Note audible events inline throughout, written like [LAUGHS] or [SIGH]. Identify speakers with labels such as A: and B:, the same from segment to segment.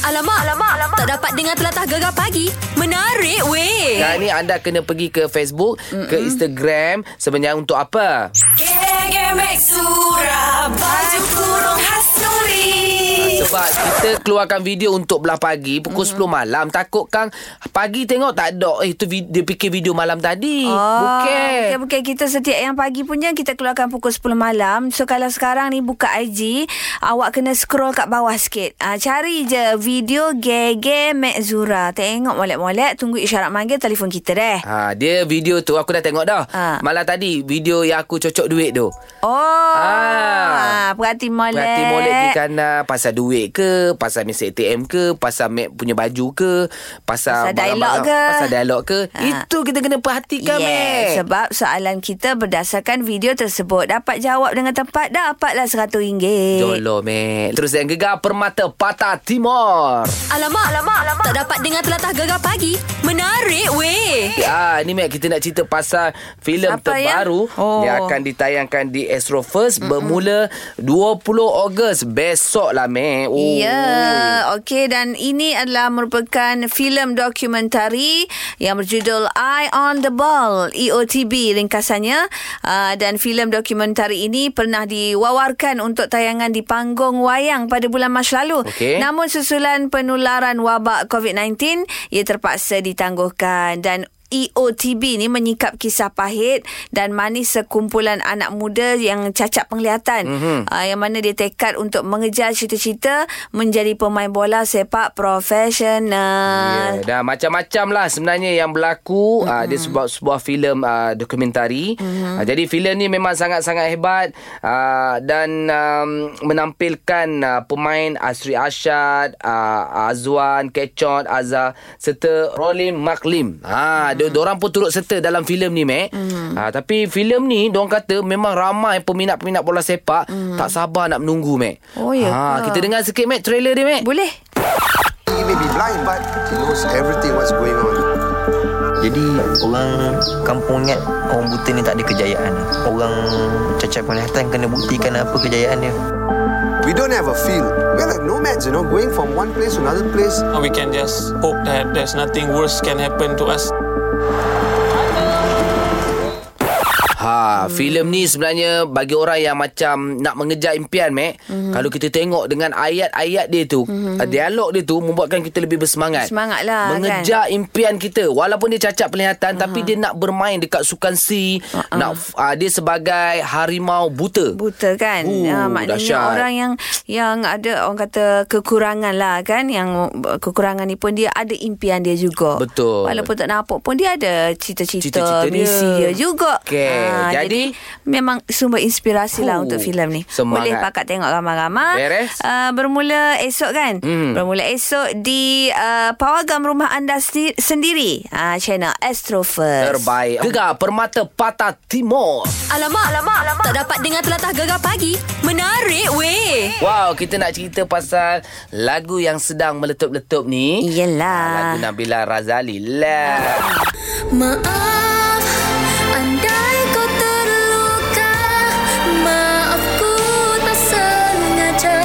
A: Alamak, alamak, alamak. Tak dapat dengar telatah gegar pagi. Menarik weh.
B: Ya.
C: Sekarang ni anda kena pergi ke Facebook, Mm-mm. ke Instagram sebenarnya untuk apa?
D: Gegemek Surabaya Baju kurung khas Nuri
C: Sebab kita keluarkan video untuk belah pagi pukul mm-hmm. 10 malam. Takut Kang pagi tengok tak ada eh tu vid- dia fikir video malam tadi.
B: Oh, Bukan,
C: Bukan.
B: bukan. Kita setiap yang pagi punya kita keluarkan pukul 10 malam. So, kalau sekarang ni buka IG, awak kena scroll kat bawah sikit. Ah, cari je video Gege Mek Zura. Tengok molek-molek, tunggu isyarat manggil telefon kita deh.
C: Ha, dia video tu aku dah tengok dah.
B: Ah.
C: Malam tadi video yang aku cocok duit tu.
B: Oh,
C: Ah.
B: ah. perhati molek.
C: Berarti molek di kanan pasal duit ke, pasal mesej ATM ke, pasal Mac punya baju ke, pasal
B: Pasal dialog
C: barang-barang-
B: ke?
C: pasal dialog ke.
B: Ah.
C: Itu kita kena perhatikan,
B: Yes,
C: Mac.
B: sebab soalan kita berdasarkan video tersebut. Dapat jawab dengan tepat, dapatlah RM100.
C: Jolo, Mac. Terus yang gegar permata patah timur.
A: Alamak, alamak, alamak. Tak dapat dengar telatah gegar pagi. Menarik weh.
C: Ah, ni Mac kita nak cerita pasal filem
B: Siapa ya?
C: terbaru ya?
B: Oh.
C: yang akan ditayangkan di Astro First mm-hmm. bermula 20 Ogos besok lah Mac. Oh.
B: Ya, okey dan ini adalah merupakan filem dokumentari yang berjudul Eye on the Ball E EOTB ringkasannya uh, dan filem dokumentari ini pernah diwawarkan untuk tayangan di panggung wayang pada bulan Mac lalu.
C: Okey.
B: Namun susulan penularan wabak COVID-19 ia terpaksa ditangguhkan dan E EOTB ni menyikap kisah pahit dan manis sekumpulan anak muda yang cacat penglihatan mm-hmm. uh, yang mana dia tekad untuk mengejar cita-cita menjadi pemain bola sepak profesional.
C: Ya, dah macam-macam lah sebenarnya yang berlaku. Mm-hmm. Uh, dia sebuah sebuah filem uh, dokumentari. Mm-hmm. Uh, jadi filem ni memang sangat-sangat hebat uh, dan um, menampilkan uh, pemain Asri Ashad, uh, Azwan, Kecot, Azhar serta Rolim Maklim. Ha, mm-hmm. dia orang pun turut serta dalam filem ni, Mac. Mm-hmm. Uh, tapi filem ni dia orang kata memang ramai peminat-peminat bola sepak mm-hmm. tak sabar nak menunggu, Mac.
B: Oh, ya
C: Ha,
B: ke?
C: kita dengar sikit, Mac, trailer dia, Mac.
B: Boleh?
E: He may be blind, but he knows everything what's going on.
F: Jadi orang kampung Ngat Orang buta ni tak ada kejayaan Orang cacat penglihatan kena buktikan apa kejayaan dia
E: We don't have a field. We're like nomads, you know, going from one place to another place.
G: We can just hope that there's nothing worse can happen to us.
C: Ha, hmm. filem ni sebenarnya bagi orang yang macam nak mengejar impian, Mac.
B: Mhm.
C: Hmm. Kalau kita tengok dengan ayat-ayat dia tu, hmm. dialog dia tu membuatkan kita lebih bersemangat.
B: Bersemangat lah, Mhm.
C: Mengejar kan? impian kita. Walaupun dia cacat penglihatan uh-huh. tapi dia nak bermain dekat sukan C,
B: Uh-uh.
C: uh-huh. nak uh, dia sebagai harimau buta.
B: Buta kan
C: Uh,
B: Ah, Maknanya
C: dahsyat.
B: orang yang Yang ada orang kata Kekurangan lah kan Yang uh, kekurangan ni pun Dia ada impian dia juga
C: Betul.
B: Walaupun tak nampak pun Dia ada cita-cita,
C: Cita-cita dia.
B: Misi dia juga
C: Okey,
B: Ah,
C: jadi-
B: Memang sumber inspirasi lah
C: Uh,
B: Untuk filem ni
C: semangat.
B: Boleh pakat tengok ramai-ramai
C: Beres.
B: uh, Bermula esok kan
C: Hmm.
B: Bermula esok Di uh, Pawagam rumah anda sendi- sendiri uh, Channel Astro First
C: Terbaik. Gegar Permata Patah Timur.
A: Alamak, alamak, alamak. Tak dapat dengar telatah gegar pagi. Menarik weh.
C: Wow, kita nak cerita pasal lagu yang sedang meletup-letup ni.
B: Yelah
C: Lagu Nabila Razali lah.
D: Maaf Andai kau terluka Maafku tak sengaja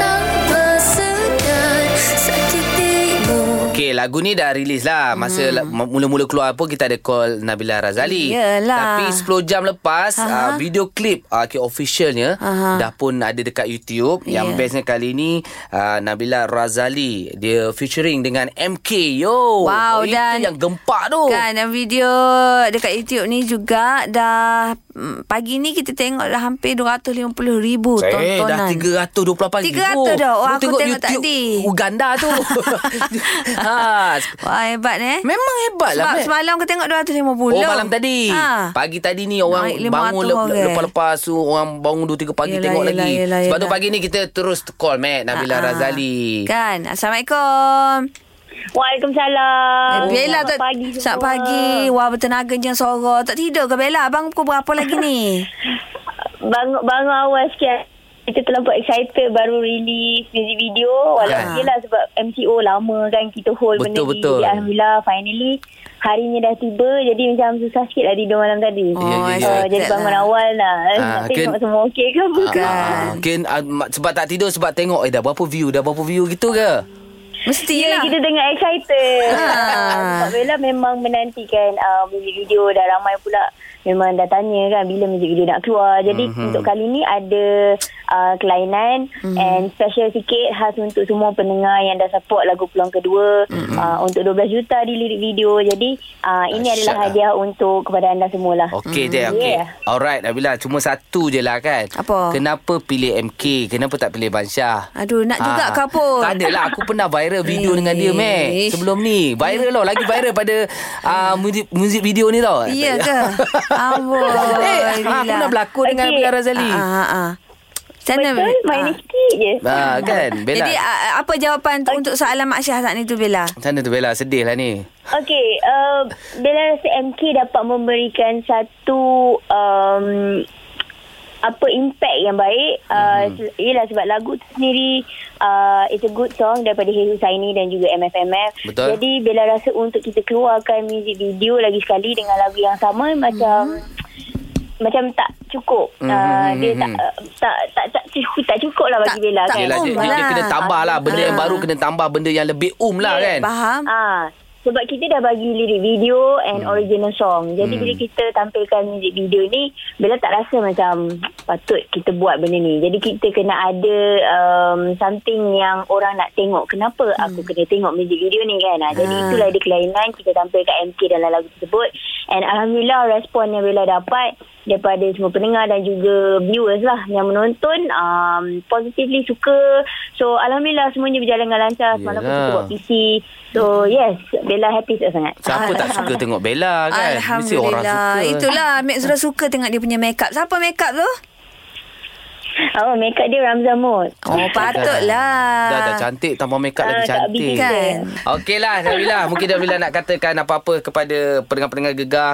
D: Tak bersedar Sakitimu
C: Okey, lagu ni dah rilis lah.
B: Hmm.
C: Masa la- m- mula-mula keluar pun kita ada call Nabila Razali.
B: Yelah.
C: Tapi 10 jam lepas, uh, video klip uh, okay, officialnya
B: Aha.
C: dah pun ada dekat YouTube.
B: Yeah.
C: Yang bestnya kali ni uh, Nabila Razali dia featuring dengan MK. Yo. Oh,
B: Wow,
C: itu
B: dan-
C: yang gempak tu.
B: Kan dan video dekat YouTube ni juga dah mm, pagi ni kita tengok dah hampir 250 ribu
C: Eh, dah
B: tontonan.
C: 328
B: 300 dah. Oh, aku tengok
C: YouTube
B: tadi.
C: Uganda
B: [LAUGHS]
C: tu. [LAUGHS] ha,
B: Wah hebat eh.
C: memang hebat
B: Sebab
C: lah. Mac.
B: semalam aku tengok 250.
C: Oh malam tadi
B: Ha.
C: Pagi tadi ni Orang
B: Naik lima
C: bangun
B: ratus
C: lep-
B: orang.
C: Lepas-lepas tu Orang bangun 2-3 pagi
B: Yelah,
C: Tengok
B: yelah,
C: lagi
B: yelah,
C: Sebab tu
B: yelah.
C: pagi ni Kita terus call Matt Nabila
B: Ha-ha.
C: Razali
B: Kan. Assalamualaikum.
C: Eh,
H: Waalaikumsalam.
B: Oh, Bella tu
H: Selamat pagi.
B: Selamat
H: semua.
B: pagi. Wah bertenaganya suara. Tak tidur ke Bella? Abang pukul berapa lagi
H: [LAUGHS]
B: ni?
H: Bangun bangun awal sikit. Kita terlampau excited baru release music video.
C: Ah.
H: Walaupun yelah sebab MCO lama kan kita hold
C: Betul,
H: benda ni.
C: betul.
H: Jadi Alhamdulillah finally harinya dah tiba. Jadi macam susah sikit lah tidur malam tadi.
B: Oh,
C: Ya, ya, ya.
H: Ah, jadi bangun awal lah.
C: Ah,
H: Nak tengok
C: kan-
H: semua okey ke
B: kan.
H: bukan.
C: Ah, Mungkin ah, ma- Sebab tak tidur Sebab tengok Eh dah berapa view Dah berapa view gitu ke
B: Mestilah. lah.
H: Ya, kita tengah excited.
B: Ha.
H: Ah, Sebab Bella memang menantikan uh, music video dah ramai pula memang dah tanya kan bila music video nak keluar. Jadi mm-hmm.
C: Mhm.
H: untuk kali ni ada uh, kelainan mm-hmm. and special sikit khas untuk semua pendengar yang dah support lagu peluang kedua
C: Mhm.
H: mm-hmm. uh, untuk 12 juta di lirik video. Jadi uh, ini
C: Dahsyat
H: adalah
C: lah.
H: hadiah untuk kepada anda semualah.
B: Hmm.
C: Okey dia, okey.
H: Yeah.
C: Alright Nabila, cuma satu je lah kan.
B: Apa?
C: Kenapa pilih MK? Kenapa tak pilih Bansyah?
B: Aduh, nak juga Eh. kau pun.
C: Ah, Tak
B: [LAUGHS]
C: adalah, aku pernah viral video dengan dia, Mac.
B: Ish.
C: Sebelum ni. Viral tau, lagi viral pada uh, muzik, muzik video ni tau.
B: Ya ke?
C: [LAUGHS]
B: [LAUGHS] Amboi,
C: Eh,
B: Bila.
C: aku nak berlakon dengan
H: Okey.
C: Nabila Razali.
B: Ah, ah, ah. Macam mana?
H: Betul? Main ni
B: Ah.
H: sikit je.
C: Ah, kan, Bella.
B: Jadi ah, ah, apa jawapan tu untuk soalan Mak Syah saat ni tu Bella?
C: Macam mana tu Bella? Sedih lah ni.
H: Okey, uh, Bella rasa MK dapat memberikan satu um, apa impact yang baik. Uh,
C: Mhm.
H: mm-hmm. Yelah sebab lagu tu sendiri uh, it's a good song daripada Hey Husaini dan juga MFMF.
C: Betul.
H: Jadi Bella rasa untuk kita keluarkan music video lagi sekali dengan lagu yang
B: Mhm.
H: sama macam macam tak cukup. Mm-hmm. Uh, dia tak,
C: Mhm.
H: uh, tak tak tak cukup tak cukup lah bagi
B: Tak-
H: Bella
B: tak
H: kan.
C: Yelah,
B: Um
C: dia, dia, dia
B: lah.
C: kena tambah lah. Benda yang
B: Ah.
C: baru kena tambah benda yang lebih um lah kan.
B: Faham?
H: Ah, sebab kita dah bagi lirik video and hmm. original song. Jadi hmm. bila kita tampilkan music video ni, Bella tak rasa macam patut kita buat benda ni. Jadi kita kena ada um, something yang orang nak tengok. Kenapa hmm. aku kena tengok music video ni kan? Ah, jadi itulah dia kelainan kita tampilkan MK dalam lagu tersebut. And Alhamdulillah respon yang Bella dapat daripada semua pendengar dan juga viewers lah yang menonton um, positively suka so Alhamdulillah semuanya berjalan dengan lancar semalam pun kita
C: Yelah.
H: buat PC. So yes, Bella happy sangat.
C: Siapa tak suka tengok Bella kan? Mesti orang suka.
B: Alhamdulillah. Itulah Mek Zura suka tengok dia punya makeup. Siapa makeup tu?
H: Oh, makeup dia Ramzan Mod.
B: Oh, patutlah.
C: Kan? Dah dah cantik tanpa makeup
H: Ah,
C: lagi
H: tak
C: cantik.
H: habis
B: kan?
C: Okeylah Nabila, mungkin Nabila nak katakan apa-apa kepada pendengar-pendengar gegar,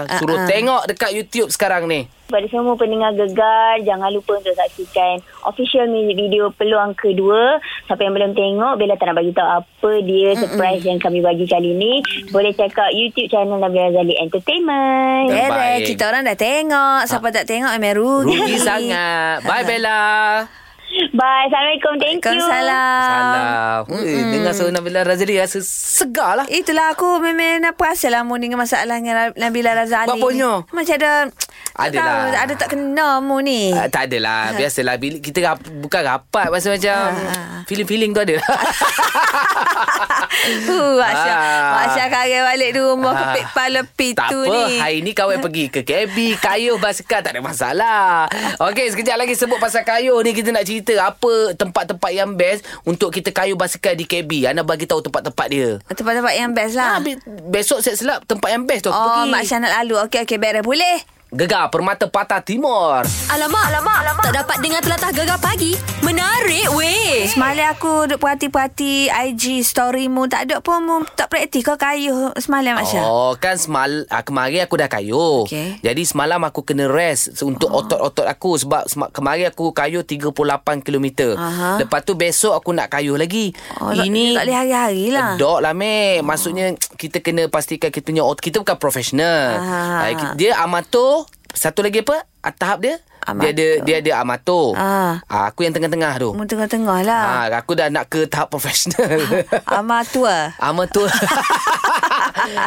B: ah.
C: suruh tengok dekat YouTube sekarang ni.
H: Kepada semua pendengar gegar, jangan lupa untuk saksikan official music video peluang kedua. Siapa yang belum tengok, Bella tak nak bagi tahu apa dia surprise yang kami bagi kali ni. Boleh check out YouTube channel Nabila Razali Entertainment.
C: Terbaik. Ah.
B: Terbaik. Kita orang dah tengok. Siapa tak tengok memang rugi.
C: Rugi sangat. Bye Bella.
H: Bye. Assalamualaikum. Thank you.
B: Waalaikumsalam.
C: Salah. Mm. Dengar suara Nabila Razali rasa segar lah.
B: Itulah aku memang apa asal lah mu dengan masalah dengan Nabila Razali.
C: Buat punya.
B: ni. Macam ada tak
C: Adalah.
B: tahu, ada tak kena mu ni. [LAUGHS]
C: Uh,
B: Ha.
C: tak adalah Biasalah bila Kita rap, bukan rapat Masa macam
B: Ah.
C: Feeling-feeling tu ada lah
B: Uh, Asya,
C: Ah.
B: Asya kare balik di rumah
C: Ah.
B: kepik pala pitu
C: [LAUGHS] Tak apa
B: ni.
C: Hari ni kawan pergi ke KB Kayuh basikal Tak ada masalah Okey sekejap lagi Sebut pasal kayuh ni Kita nak cerita Apa tempat-tempat yang best Untuk kita kayuh basikal di KB Ana bagi tahu tempat-tempat dia
B: Tempat-tempat yang best lah.
C: ha. be- Besok set selap Tempat yang best tu aku
B: Oh,
C: pergi
B: Mak Syah nak lalu. Okey, okey, beres. Boleh?
C: Gegar Permata Patah Timur
A: Alamak, alamak, alamak. Tak dapat dengar telatah gegar pagi. Menarik weh.
B: Semalam aku duk perhati-perhati IG story mu. Tak ada pun mu tak praktis kau kayuh semalam Mak Syah.
C: Oh kan semal ah, kemarin aku dah kayuh.
B: Okey. Ah.
C: Jadi semalam aku kena rest se- untuk oh. otot-otot aku sebab sem- kemarin aku kayuh 38 km.
B: Aha.
C: Lepas tu besok aku nak kayuh lagi.
B: Oh, tak- tak boleh hari-hari lah.
C: Dok lah meh. Maksudnya kita kena pastikan kita punya otot kita bukan profesional.
B: Ah.
C: Ah, ki- Dia amatur. Satu lagi apa? Ah, Tahap dia dia ada
B: Amatur.
C: dia ada amatur.
B: Ah.
C: Ah, aku yang tengah-tengah tu.
B: Mu tengah-tengah lah.
C: Ah, aku dah nak ke tahap profesional.
B: [LAUGHS] Amatua.
C: Amatur [LAUGHS]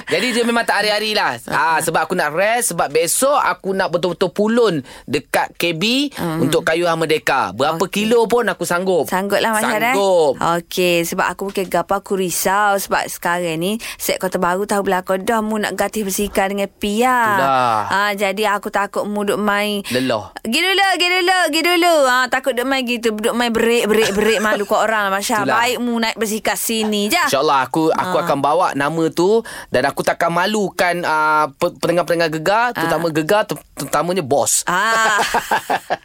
C: Jadi dia memang tak hari-hari lah ah, Sebab aku nak rest Sebab besok aku nak betul-betul pulun Dekat KB Untuk kayu Hamadeka Berapa okay. kilo pun aku sanggup
B: Hmm. Sanggup lah Masya eh?
C: Sanggup
B: Okey Sebab aku bukan gapa Aku risau Sebab sekarang ni Set kota baru tahu belakang Dah mu nak gatih bersihkan dengan Pia
C: Itulah.
B: ha, Jadi aku takut mu duk main
C: Lelah
B: Gi dulu, gi dulu, gi dulu. Ha, takut duk main gitu. Duk main berik, berik, berik malu kat orang lah. Masya
C: Itulah.
B: Baik mu naik bersikat sini je.
C: InsyaAllah aku aku
B: Ah.
C: akan bawa nama tu Dan aku takkan malukan uh, Pendengar-pendengar gegar Terutama gegar ter- Terutamanya bos
B: Ah.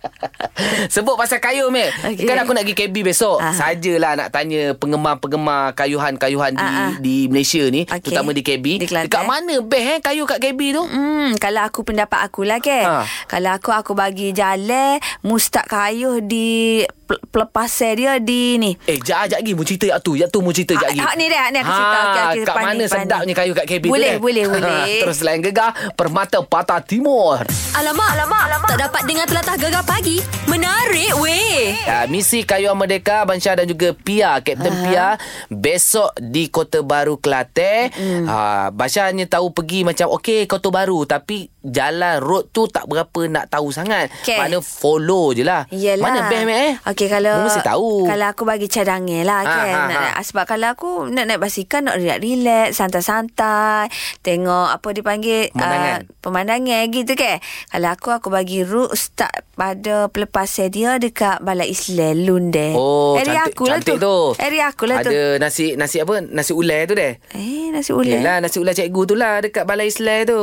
C: [LAUGHS] Sebut pasal kayu Mek okay.
B: Okey.
C: Kan aku nak pergi KB besok
B: Ah.
C: Sajalah nak tanya Penggemar-penggemar Kayuhan-kayuhan di,
B: Ah, ah.
C: di Malaysia ni okay.
B: Okey.
C: Terutama di KB
B: Di Kelantan.
C: Dekat mana best eh Kayu kat KB tu
B: Hmm, kalau aku pendapat aku lah ke. Ha.
C: Ha.
B: Kalau aku aku bagi jalan mustak kayuh di pel- pelepasai dia di ni.
C: Eh, jap, jap lagi. Mu cerita jak tu. Jak tu mu cerita jak
B: Ah,
C: lagi.
B: ah, ni dah, ni aku cerita. Okey, okey,
C: kat
B: pandai,
C: mana
B: pandai.
C: sedapnya kayu kat KB
B: Boleh,
C: tu, kan? [LAUGHS]
B: boleh, boleh.
C: Terus lain gegar, Permata Patah Timur.
A: Alamak, alamak, alamak. Tak dapat dengar telatah gegar pagi. Menarik weh.
C: Uh, misi Kayuan Merdeka Bansyah dan juga Pia Kapten uh-huh. Pia besok di Kota Baru Kelate mm. uh, Bansyah hanya tahu pergi macam okey Kota Baru tapi jalan road tu tak berapa nak tahu sangat
B: Okay.
C: mana follow je lah
B: Yelah.
C: mana best Mek, eh
B: Okey kalau
C: Mu mesti tahu
B: Kalau aku bagi cadangnya lah
C: Ha,
B: ha, kan.
C: ha,
B: Nak,
C: ha.
B: nak, sebab kalau aku nak naik basikal nak relax-relax, santai-santai, tengok apa dipanggil
C: Pemandangan.
B: ah, pemandangan gitu kan. Kalau aku aku bagi route start pada pelepasan dia dekat Balai Islam Lunde.
C: Oh, cantik,
B: aku lah
C: cantik
B: tu.
C: tu.
B: Area aku lah
C: Ada
B: tu.
C: nasi nasi apa? Nasi ulai tu deh.
B: Eh, nasi ulai.
C: Yelah, nasi ulai cikgu tu lah dekat Balai Islam tu.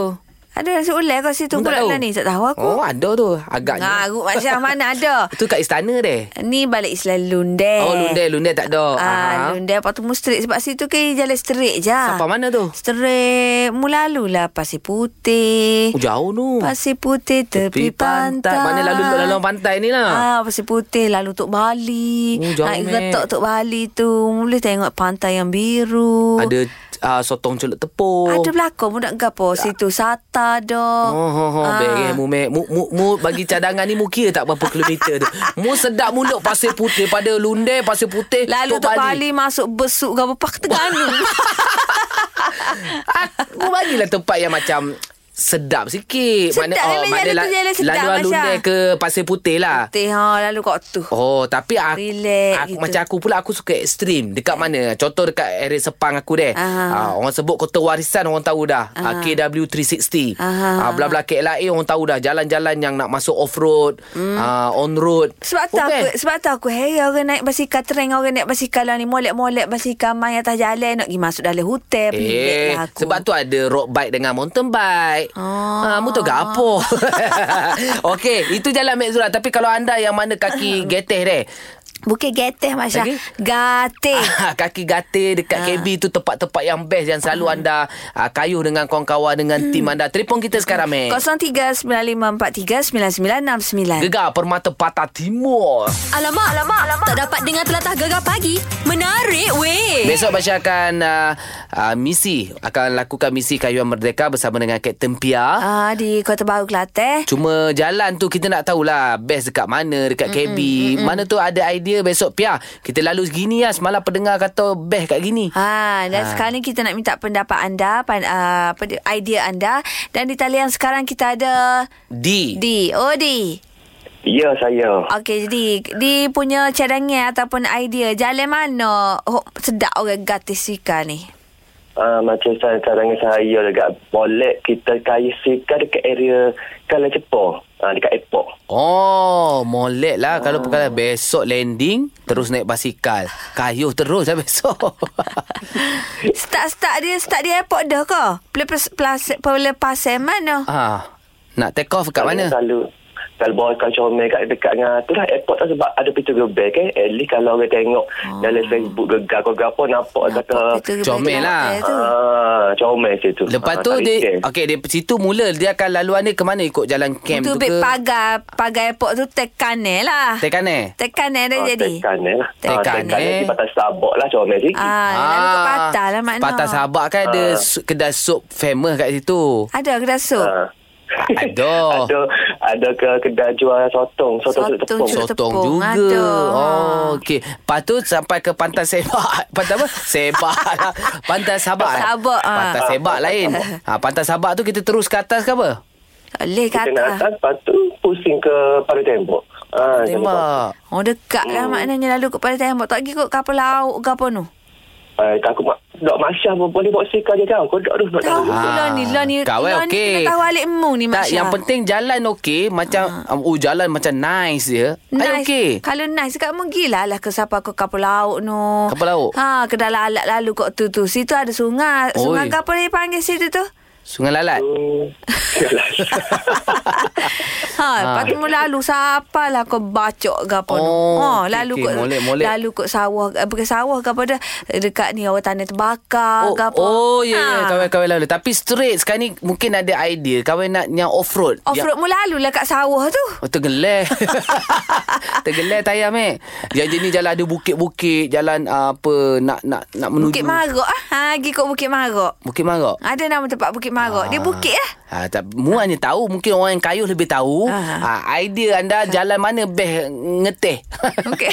B: Ada nasi ulai kat situ
C: Mu tak
B: pula
C: tahu?
B: lah ni. Tak tahu aku.
C: Oh, ada tu. Agaknya.
B: Ngarut macam mana ada.
C: [LAUGHS] Itu kat istana deh.
B: Ni balik Islam Lunde.
C: Oh, lundai, lundai tak ada.
B: Eh. Ah,
C: Ah,
B: Lunde lepas tu mu straight sebab situ ke jalan straight je.
C: Sampai mana tu?
B: Straight mulalu lah Pasir Putih.
C: Oh, jauh tu.
B: Pasir Putih tepi, pantai.
C: Mana lalu lalu pantai ni
B: Ah,
C: lah.
B: Pasir Putih lalu Tok Bali.
C: Oh, jauh,
B: Naik
C: Mek.
B: getok Tok Bali tu. Boleh tengok pantai yang biru.
C: Ada ah, sotong celup tepung.
B: Ada belakang budak gapo situ sata ada.
C: Oh, oh, oh.
B: Ah.
C: Bereh, mu, mek. mu, mu, mu, bagi cadangan ni mu kira tak berapa kilometer tu. Mu sedap mulut pasir putih pada lundai pasir putih.
B: Lalu Tok Bali masuk besuk gapo pak
C: [LAUGHS]
B: Terengganu.
C: Ah, Mu bagilah tempat yang macam sedap sikit. oh,
B: Sedap kan lah jalan tu jalan sedap,
C: laluan
B: Masya.
C: lundai ke pasir putih lah.
B: Teh ha lalu kat tu.
C: Oh, tapi aku,
B: Relax
C: aku
B: gitu. Eh.
C: macam aku pula aku suka ekstrim. Dekat mana? Contoh dekat area Sepang aku deh.
B: Ah.
C: Ah, orang sebut Kota Warisan orang tahu dah. Ah. KW360.
B: Ah.
C: Ah, bla-bla KLIA orang tahu dah jalan-jalan yang nak masuk off road, mm. ah, on road.
B: Hmm.
C: Oh,
B: Sebab
C: kan?
B: tu
C: Okey.
B: aku sebab tu aku hera orang naik basikal tereng orang naik basikal lah ni molek-molek basikal main atas jalan nak pergi masuk dalam hotel pelik
C: Eh,
B: lah aku.
C: sebab tu ada road bike dengan mountain bike.
B: Ah.
C: Ah, mu tu [LAUGHS] gapo. Okey, itu jalan Mek Zura. Tapi kalau anda yang
B: [LAUGHS]
C: mana kaki geteh deh.
B: Bukit Geteh Masya.
C: Lagi?
B: Gateh.
C: Eh. [LAUGHS] kaki gatir dekat KB tu tempat-tempat yang best yang selalu anda ah, kayuh dengan kawan-kawan dengan tim anda. Telefon kita sekarang Mek.
B: 0395439969.
C: Gegar Permata Patah Timur.
A: Alamak, alamak, alamak. Tak dapat dengar telatah gegar pagi. Menarik weh.
C: Besok Basya akan uh, uh, misi akan lakukan misi kayuhan merdeka bersama dengan Kapten Pia.
B: Ah di Kota Baru Kelantan.
C: Cuma jalan tu kita nak tahulah best dekat mana, dekat KB. Mana tu ada idea besok Pia. Kita lalu segini lah. Semalam pendengar kata best kat gini.
B: Ha, dan
C: Ah.
B: ha. sekarang ni kita nak minta pendapat anda, pan, uh, apa dia, idea anda. Dan di talian sekarang kita ada
C: D.
B: D. Oh, D.
I: Ya saya
B: Okey, jadi di punya cadangan ataupun idea jalan mana oh, sedap orang gratis sika ni?
I: uh, Macam saya cadangan saya Dekat boleh kita kaya sika Dekat area Kalau Jepun uh, Dekat airport
C: Oh, molek lah kalau perkara besok landing terus naik basikal. Kayuh terus lah
B: [LAUGHS]
C: besok.
B: Start-start dia, start di airport dah ke? Pelepasan mana?
C: ah, nak take off kat mana?
I: Kalau kalau bawa kau comel kat dekat dengan tu lah airport tu sebab ada pintu gerbek kan. At least kalau orang tengok
C: Ah.
I: oh. dalam Facebook gegar kau gapo nampak, nampak kata
C: comel lah.
I: ah comel situ.
C: Lepas
I: Ah,
C: tu
I: tak
C: dia
I: weekend.
C: okey dia situ mula dia akan laluan dia ke mana ikut jalan camp
B: Itu
C: tu
B: bit
C: ke?
B: pagar, pagar airport tu tekanan lah.
C: Tekan eh?
B: Tekanan dah
I: Ah,
B: jadi.
I: Tekan eh lah. Ah,
C: Tekan,
I: Tekan
C: eh.
I: eh. Di patah sabak lah comel sikit.
B: Ah, lalu ke patah lah makna.
C: Patah Sabak kan ada
I: Ah.
C: su- kedai sup famous kat situ.
B: Ada ke dah sup?
I: Ah.
C: Ada.
I: [LAUGHS] ada ada ke kedai jual sotong sotong
B: Sotong
I: sup tepung
B: sup-
C: Sotong
B: tepung,
C: juga.
B: ada.
C: Oh, okey. Lepas tu sampai ke pantai Sebak. [LAUGHS] Pantai apa? Sebak lah. Pantai Sabak. eh?
B: Sabak, ah.
C: Pantai Sebak lain. Ha, pantai Sabak tu kita terus ke atas ke apa?
B: Leh
I: Ah, kita nak
B: kata.
I: atas lepas tu pusing ke paru tembok ah macam tu.
C: Tembak.
B: Oh dekat lah
I: Hmm.
B: maknanya lalu kepada tembok. Tak pergi kot kapal laut ke apa tu?
I: Eh, aku mak dok masyah pun boleh bawa sikar je kau kau kan? dok tu dok
B: Tahu
I: tu.
B: pula ni Lah ni
C: Kawan
B: lah
C: Ah, eh, okey.
B: ni kena tahu alik mu ni
C: Tak,
B: Masya Ha.
C: yang penting jalan okey. Macam, um, oh jalan macam nice je. Nice.
B: Nice.
C: okey.
B: Kalau nice kat mu gila lah ke siapa ke kapal laut no.
C: Kapal laut?
B: Ha, ke dalam alat lalu kok tu tu. Situ ada sungai. Sungai
C: Oi. [LAUGHS]
B: ke apa dia panggil situ tu?
C: Sungai Lalat.
I: Hmm, yalah.
B: Ha, lepas tu mu lalu siapalah kau bacok ke apa tu.
C: Oh,
B: ha,
C: okey,
B: lalu
C: okey,
B: kot
C: molek, molek.
B: lalu kot sawah, eh, bukan sawah ke apa dah. Dekat ni awak tanah terbakar
C: Oh,
B: ke apa.
C: oh ya yeah,
B: Ha.
C: kawan-kawan lalu. Tapi straight sekarang ni mungkin ada idea kawan nak yang Ya, off-road. Yang-
B: Off-road mu lalulah lah kat sawah tu.
C: Oh, [LAUGHS] tergelai. tergelai tayar, Mek. Yang jenis jalan ada bukit-bukit, jalan uh, apa, nak nak nak menuju.
B: Bukit Marok ah. Ha, pergi kot Bukit Marok.
C: Bukit Marok.
B: Ada nama tempat Bukit Marok. Dia bukit
C: [LAUGHS]
B: lah.
C: Ha, tak, mu hanya tahu Mungkin orang yang kayuh lebih tahu ha.
B: Ah.
C: Idea anda jalan mana best ngeteh [LAUGHS]
B: Okey.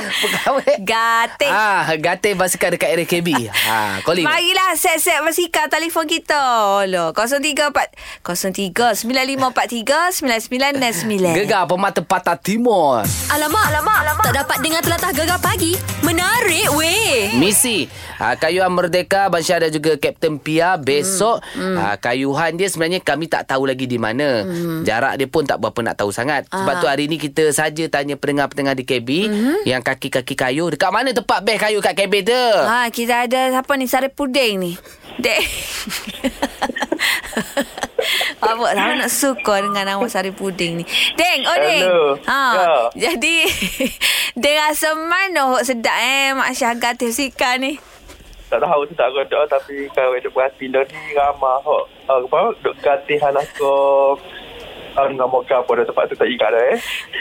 C: Pegawai
B: Gatik.
C: Ah, Gatih basikal dekat RKB ha, Calling
B: Marilah set-set basikal telefon kita. Loh, 03 4 03 9543 9969.
C: Gegar pemata patah timur
A: Alamak, alamak, alamak. Tak dapat dengar telatah gegar pagi. Menarik weh.
C: Misi ha, Kayuhan Merdeka Bansyah dan juga Kapten Pia Besok hmm. Ha, Kayuhan dia sebenarnya Kami tak tahu lagi di mana hmm. Jarak dia pun tak berapa nak tahu sangat Sebab tu hari ni kita saja Tanya pendengar-pendengar di KB hmm. Yang kaki-kaki kayu Dekat mana tempat best kayu kat KB tu ha.
B: Ha, kita ada siapa ni sari puding ni.
C: [LAUGHS]
B: Dek. Awak lah nak suka dengan nama sari puding ni. Deng, oh Deng.
I: Hello.
B: Ha,
I: Ya.
B: jadi [LAUGHS] Deng rasa mana hok sedap eh Mak Syahgar Tefsika ni.
I: tak tahu tu tak godok tapi kalau duk berhati dah ni ramah hok. Ah, apa duk katihan aku Ah, nak moga apa dah tempat tu tak ingat dah eh.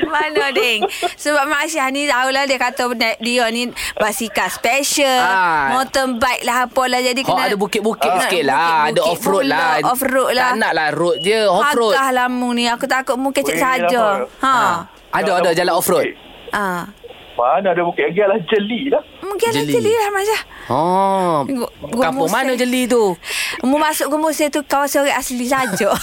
B: Mana Deng? Sebab Mak Syah ni tahulah dia kata benda- dia ni basikal special,
C: Ah.
B: mountain bike lah apalah jadi
C: Hok
B: kena
C: ada bukit-bukit
B: Nak
C: sikit lah Ada
B: bukit-bukit
C: off-road
B: pula,
C: lah
B: Off-road lah.
C: Tak nak lah road Ah. je Off-road
B: Agah lah mu ni. Aku takut mu kecil
I: Weh,
B: saja.
I: lama.
B: Ha.
C: Ada ada jalan off-road
B: Ha.
I: Mana ada bukit lagi lah jeli lah.
B: Mungkin ada
C: Jeli.
B: jeli lah Masya.
C: Oh
B: Gu- gu-
C: Kampung
B: Musai.
C: mana jeli [LAUGHS] tu
B: Mu masuk ke Musir tu kawasan orang asli
C: [LAUGHS]
B: saja.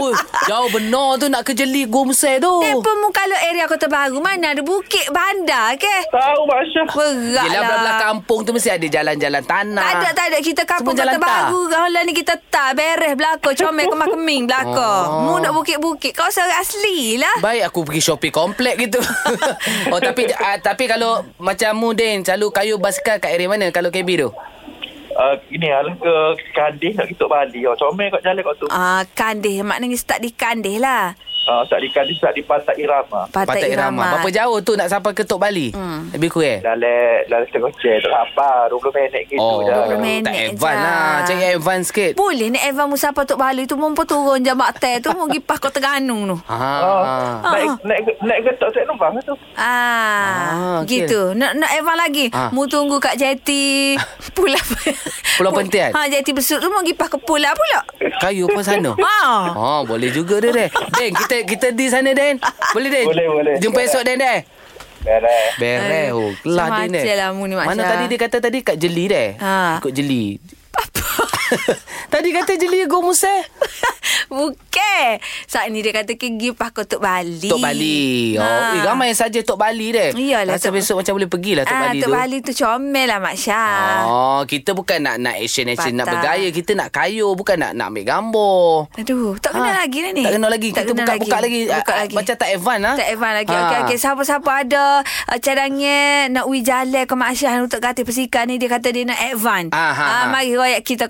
C: Ui, Jauh benar tu nak ke jeli Gomsai tu
B: Dia pun mu kalau area Kota Baru mana ada bukit bandar ke?
I: Tahu Masya.
B: Berat
C: Yelah belah-belah
B: lah.
C: kampung tu mesti ada jalan-jalan tanah.
B: Tak ada, tak ada. Kita kampung
C: Semua
B: Kota
C: jalan tar.
B: Baru. Kalau ni kita tak beres belakang. Comel kemah-keming belakang.
C: Oh.
B: Mu nak bukit-bukit. Kawasan orang asli lah.
C: Baik aku pergi shopping komplek
B: [LAUGHS]
C: gitu. oh tapi uh, tapi kalau macam mu Din, selalu kayu basikal kat area mana kalau KB tu?
I: Uh, ini alah ke Kandih nak kita Bali. Oh, comel kat jalan kat tu.
B: Ah, kandih. Maknanya start di kandih lah.
I: Ah, tak di Kandih, tak di Pantai Irama.
B: Patah, Irama.
C: Berapa jauh tu nak sampai ke Tok Bali? Hmm. Lebih kurang?
I: Dalam dalam setengah jam tak sabar 20 minit gitu
C: Oh.
I: dah.
B: dua minit
C: tak
B: je.
C: advance lah. Cari advance sikit.
B: Boleh ni Evan Musafar Tok Bali tu Mumpah turun jamak teh tu Mumpah gipah kau terganung tu
C: Ha.
I: Ah, naik naik naik getok tak numpang tu.
B: Ah,
C: Ah, okey.
B: gitu. Nak nak Evan lagi.
C: Ah.
B: Mu tunggu kat
C: [LAUGHS]
B: jeti Pulau
C: Pulau Pentian?
B: Ha, jeti besut tu mu gipah ke pulau pula.
C: Kayu pun sana.
B: Ha.
C: Oh, boleh juga dia, Den. Den, kita kita di sana, Den. Boleh, Den?
I: Boleh, boleh.
C: Jumpa esok, Den, Den.
I: Beres.
C: Beres.
B: Aduh,
C: Oh, kelah dia, Den.
B: semacam lah mu ni, Mak
C: Mana
B: Syah.
C: tadi dia kata tadi kat jeli, Den?
B: Ha.
C: Ikut jeli. [LAUGHS] tadi kata jeli go musai.
B: [LAUGHS] Bukan. Saat ni dia kata ke gipah ke Tok Bali. Ha.
C: Tok Bali. Oh, eh, ramai saja Tok Bali, Den.
B: Iyalah,
C: Rasa
B: Tok-
C: besok macam boleh pergilah Tok
B: ah,
C: Bali
B: Tok
C: tu.
B: Bali tu comel lah Mak Syah.
C: Oh, kita bukan nak nak action-action nak
B: Patah.
C: bergaya, kita nak kayu, bukan nak nak ambil gambar.
B: Aduh, tak kena
C: Ah,
B: lagi dah ni.
C: Tak kena lagi. Kita
B: kena
C: buka buka lagi.
B: Buka
C: Ah,
B: lagi.
C: Macam tak advance ah.
B: Tak Evan lagi. Okey, okey. Siapa-siapa ada uh, cadangnya nak ui jalan ke Mak Syah untuk kata persikan ni, dia kata dia nak Evan.
C: Ah, ha, ha.
B: mari royak kita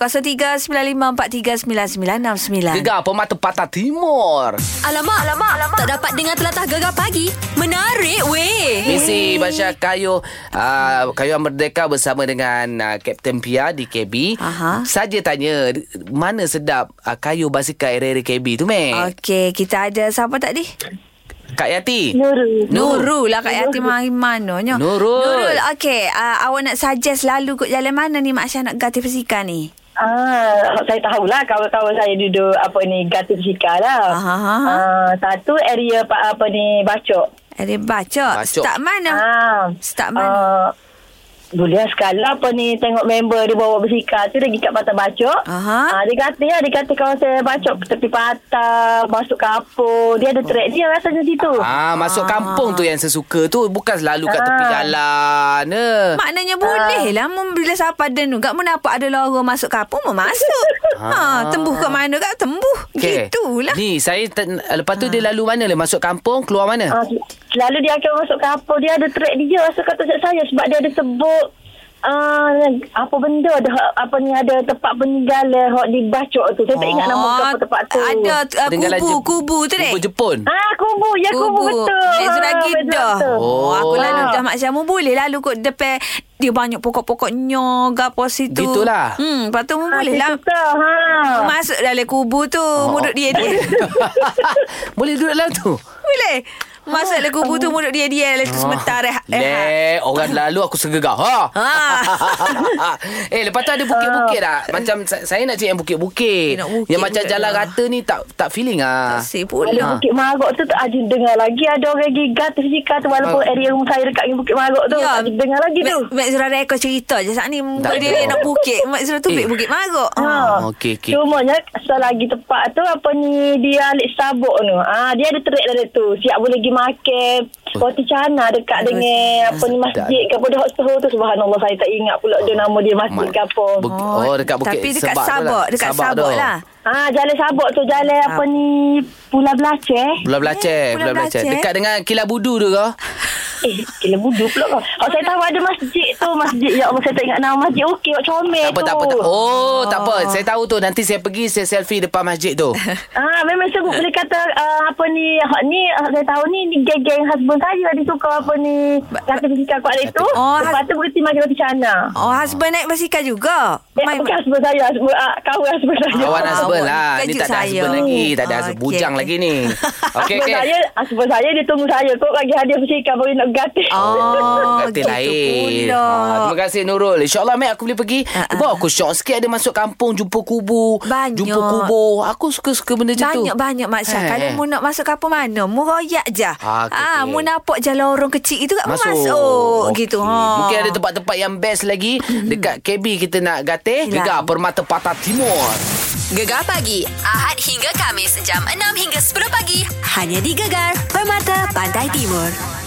B: 0395439969.
C: Gegar pemata patah timur.
A: Alamak, alamak, alamak. Tak dapat dengar telatah gegar pagi. Menarik weh.
C: Misi Basya Kayu uh, Kayu Merdeka bersama dengan uh, Kapten Pia di KB
B: Aha.
C: Saja tanya Mana sedap uh, kayu basikal area KB tu meh
B: Okey, kita ada siapa tadi?
C: Kak Yati
H: Nurul.
B: Nurul lah kat Yatim Hari Manonyo.
C: Nurul.
B: Nurul, okey. Uh, awak nak suggest lalu kot jalan mana ni Mak Syah nak ganti persikan ni?
H: Ah, saya tahulah kalau tahu saya duduk apa ni Gati Pesika lah.
B: Ah, ah, ah.
H: Ah, satu area apa, apa ni Bacok.
B: Ada baca.
C: Bacok.
B: Start mana?
H: Ah.
B: Start mana?
H: Ah, boleh lah sekala apa ni tengok member dia bawa besikal tu dia pergi kat patah bacok.
B: Aha.
H: Ah, dia kata ya, dia kata kawasan bacok tepi patah, masuk kapur. Dia ada track dia rasanya situ.
C: Ah, masuk kampung tu yang sesuka tu bukan selalu kat tepi
H: Ah.
C: jalan. Eh.
B: Maknanya boleh lah Mum bila siapa ada nu Gak mu nampak ada lorong masuk kapur Mu
C: [LAUGHS]
B: masuk ha, Tembuh kat mana Gak tembuh
C: Okey.
B: Gitulah
C: Ni saya te- lepas tu dia lalu mana le masuk kampung keluar mana?
H: Ah, selalu dia akan masuk kapur, dia ada track dia. Rasa kata saya sebab dia ada sebut uh, apa benda dah apa ni ada tempat peninggalan hok dibacok tu. Saya tak ingat nama ke apa tempat tu.
B: Ah, Oh, Ada uh,
C: Peninggalan
B: kubu,
C: Jep-
B: kubu tu dek.
C: Kubu Jepun. [LAUGHS]
H: Ah, kubu. Ya,
B: Oh,
H: kubu, betul.
B: Mek Zuragi
H: Ah, betul,
B: dah.
H: betul.
B: Oh, aku
C: Oh.
B: lalu dah Mak Syamu boleh lalu kot depan dia banyak pokok-pokok nyo gapo situ.
C: Gitulah.
B: Hmm, lepas tu mu
H: Ah,
B: boleh lah.
H: cerita, Ha.
B: Masuk dalam kubur tu
C: Oh.
B: Mudut dia
C: [LAUGHS]
B: dia
C: Boleh duduk dalam tu?
B: Boleh Masuk dalam kubur
H: Ah.
B: tu Mudut dia dia Lepas tu sebentar rehat rehat.
C: Ah. Leh, orang lalu aku segegah. Ha.
B: Ha.
C: [LAUGHS] eh, lepas tu ada bukit-bukit tak? Macam sa- saya nak cari yang
B: Eh, Ha.
C: bukit-bukit.
B: nak bukit lah.
C: yang macam
B: pula
C: jalan
B: dah.
C: rata ni tak tak feeling ah.
B: Asyik
H: Ada
B: pula
H: Bukit Marok tu tak ada dengar lagi. Ada orang pergi gatus jika tu walaupun
C: Ah.
H: area rumah saya dekat dengan Bukit Marok
B: Ya.
H: tu. tak ada dengar lagi tu.
B: Mak, Mak Zura rekod cerita je Saat ni muka
C: Tak
B: dia,
C: ada.
B: dia nak bukit Mak Zura tu
C: Eh.
B: eh. bukit maruk
H: Ha.
C: Oh, okey, okey.
H: Cumanya selagi tepat tu apa ni dia alik sabuk tu. Ah dia ada terik dalam tu. Siap boleh pergi makan roti cana dekat dengan apa ni masjid ke apa dah hot sahur tu subhanallah saya tak ingat pula dia nama dia masjid ke apa.
C: Buk- oh, dekat bukit
B: Tapi dekat
C: Sebak tu
B: Sabak,
C: lah.
B: Dekat
C: Sabak
B: Sabak,
C: tu.
B: lah
H: Ah jalan sabuk tu jalan apa ni Pulau Belacan.
C: Bulan
B: Eh, Pulau
C: belacan, bulan belacan.
B: Belacan.
C: Dekat dengan Kilat Budu tu ke?
H: Eh, gila budu pula kau. Oh, saya tahu ada masjid tu. Masjid. Ya Allah, saya tak ingat nama masjid. Okey, awak comel
C: Tak apa,
H: tu.
C: tak apa, tak Oh, tak
B: Ah.
C: apa. Saya tahu tu. Nanti saya pergi, saya selfie depan masjid
B: [LAUGHS]
C: tu.
B: Ya,
H: Ah, memang seru boleh kata uh, apa ni hak ni uh, saya tahu ni ni geng-geng husband saya ada suka apa ni kata ketika aku ada itu
B: Oh,
H: oh, lepas tu berhenti makan roti cana
B: Oh husband naik basikal juga
H: eh, bukan husband saya husband, uh, kawan husband saya
C: Kawan
B: awak
C: husband lah. Ni
B: kejut
C: tak ada
B: saya.
C: husband lagi. Tak ada
B: Oh,
C: husband.
B: okey,
C: Bujang
B: okey.
C: lagi
B: [LAUGHS]
C: ni. Okey,
H: husband
C: okey.
H: saya husband saya dia tunggu saya kok bagi hadiah bersikap baru nak ganti
B: Oh
C: Kata
B: gitu
C: lain
B: pula
C: Ah, Terima kasih Nurul InsyaAllah Mac aku boleh pergi
B: Ah,
C: Bawa aku syok sikit Ada masuk kampung Jumpa kubu
B: Banyak.
C: Jumpa kubur Aku suka-suka benda macam tu
B: Banyak-banyak Mak Syah.
C: Eh.
B: Kalau mu nak masuk kapal mana, mu royak je.
C: Ah, okey,
B: ah,
C: okey.
B: mu nampak je lorong kecil itu kat masuk. masuk.
C: eh, Masuk
B: Gitu.
C: Okey.
B: Ha. Hmm.
C: Mungkin ada tempat-tempat yang best lagi Dekat KB kita nak gatih
B: Yelah.
C: Gegar Permata Patah Timur
A: Gegar pagi Ahad hingga Kamis jam 6 hingga 10 pagi hanya di Gegar Permata Pantai Timur.